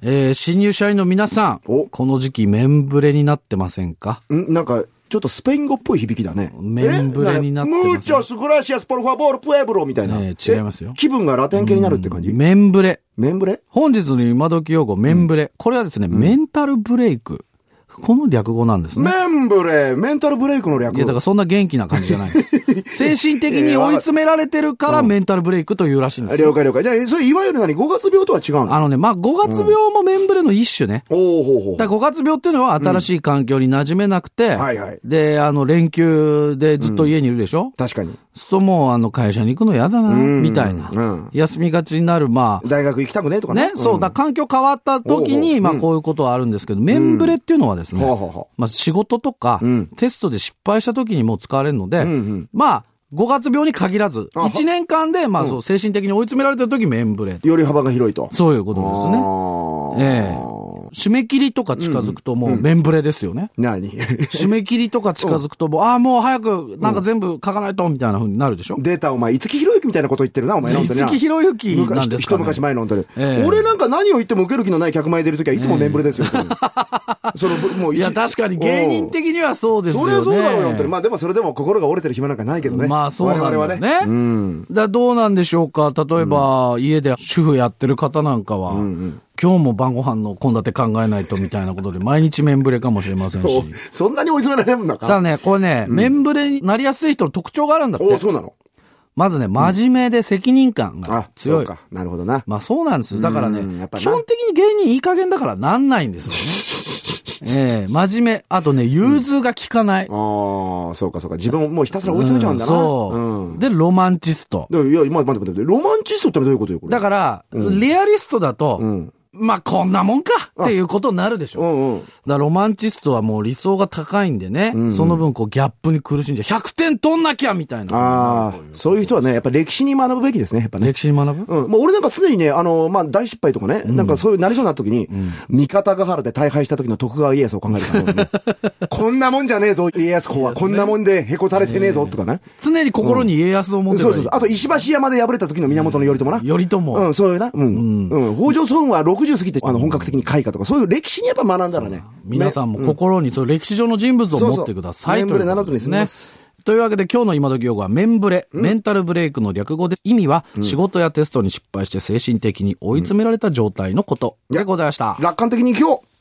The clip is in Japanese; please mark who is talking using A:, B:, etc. A: えー新入社員の皆さん、
B: お
A: この時期メンブレになってませんか
B: んなんか、ちょっとスペイン語っぽい響きだね。
A: メンブレになって
B: え
A: ますね
B: ムーチョス、グラシアス、ポルファボール、プエブロみたいな。
A: ええ違いますよ
B: え気分がラテン系になるって感じ
A: メンブレ。
B: メンブレ
A: 本日の今時用語、メンブレ。これはですね、メンタルブレイク。この略語なんですね。
B: メンブレメンタルブレイクの略
A: いや、だからそんな元気な感じじゃないです。精 神的に追い詰められてるからメンタルブレイクというらしいんですよ。
B: 了解了解。じゃあ、えそれいわゆる何 ?5 月病とは違うの
A: あのね、まあ、5月病もメンブレの一種ね。
B: おおほうほう
A: だ5月病っていうのは新しい環境に馴染めなくて、
B: はいはい
A: で、あの、連休でずっと家にいるでしょ、
B: 確かに。
A: するともうあの会社に行くの嫌だな、みたいな、
B: うん
A: 休みがちになる、まあ、
B: 大学行きたくねとかね。
A: ね、そうだ、環境変わった時
B: おうお
A: に、
B: う
A: まあこういうことはあるんですけど、メンブレっていうのはですね、
B: ほうほうほ
A: まあ仕事とか、テストで失敗した時にもう使われるので、まあ、5月病に限らず、
B: は
A: 1年間で、まあそう、精神的に追い詰められてる時、メンブレ。
B: う。より幅が広いと。
A: そういうことですね。
B: あ
A: ええ締め切りとか近づくともうメンブレですよね。
B: ー何
A: 締め切りとか近づくともう、ああ、もう早く、なんか全部書かないと、みたいな風になるでしょ
B: 出たお前、五木ひろゆきみたいなこと言ってるな、お前。本当にな
A: 五木ひろゆきなんですかね
B: 昔一昔前の本当に、
A: ええ
B: 俺なんか何を言っても受ける気のない客前出るときはいつもメンブレです よ。本当にその、もう
A: い
B: 一
A: や、確かに芸人的にはそうですよ
B: そ
A: ね。
B: れはそうだろうよ、本当に。まあでもそれでも心が折れてる暇なんかないけどね。
A: まあそうなんだ
B: 我
A: よ
B: 々
A: ね。
B: はね。うん。
A: だからどうなんでしょうか例えば、家で主婦やってる方なんかは、今日も晩ご飯の献立考えないとみたいなことで、毎日メンブレかもしれません
B: お
A: し。
B: そんなに追い詰められるんだ
A: ただ
B: か。
A: ね、これね、メンブレになりやすい人の特徴があるんだっ
B: お
A: て。
B: そうなの。
A: まずね、真面目で責任感
B: あ
A: が、
B: そ
A: 強
B: う
A: い。
B: か。なるほどな。
A: まあそうなんですよ。だから
B: うんやっ
A: ね
B: ぱ、な
A: 基本的に芸人いい加減だからなんないんですよね。ええ真面目。あとね、融通が効かない。
B: ああ、そうかそうか。自分をもうひたすら追い詰めちゃうんだな。
A: うんそう。で、ロマンチスト。
B: うん。でいや、今、待って待って待って。ロマンチストってのはどういうことよ、これ。
A: だから、レアリストだと、
B: ん
A: まあこんなもんかっていうことになるでしょ。
B: う
A: だか
B: んうん。
A: らロマンチストはもう理想が高いんでね、その分こうギャップに苦しんじゃう。100点取んなきゃみたいな。
B: ああ、そういう人はね、やっぱ歴史に学ぶべきですね、やっぱね。
A: 歴史に学ぶ
B: うん。もう俺なんか常にね、あの、まあ、大失敗とかね、なんかそういうなりそうな時に、味方ヶ原で大敗した時の徳川家康を考えるから、 ね、こんなもんじゃねえぞ、家康公は。こんなもんでへこたれてねえぞ、とかね。
A: 常に心に家康を持
B: そう
A: てれば
B: そ
A: いうい
B: そう。あと、石橋山で敗れた時の源頼朝な。
A: 頼朝。
B: うん、そういうな。うん。うん。北条孫は60過ぎて、あの、本格的に開花とか、そういう歴史にやっぱ学んだらね。
A: 皆さんも心にそういう歴史上の人物を持ってください
B: そう
A: と
B: そう
A: いうことです
B: メンブレならずに済み
A: ね
B: ます。
A: というわけで今日の今時用語はメンブレ、メンタルブレイクの略語で意味は仕事やテストに失敗して精神的に追い詰められた状態のことでございました。
B: 楽観的に生きよう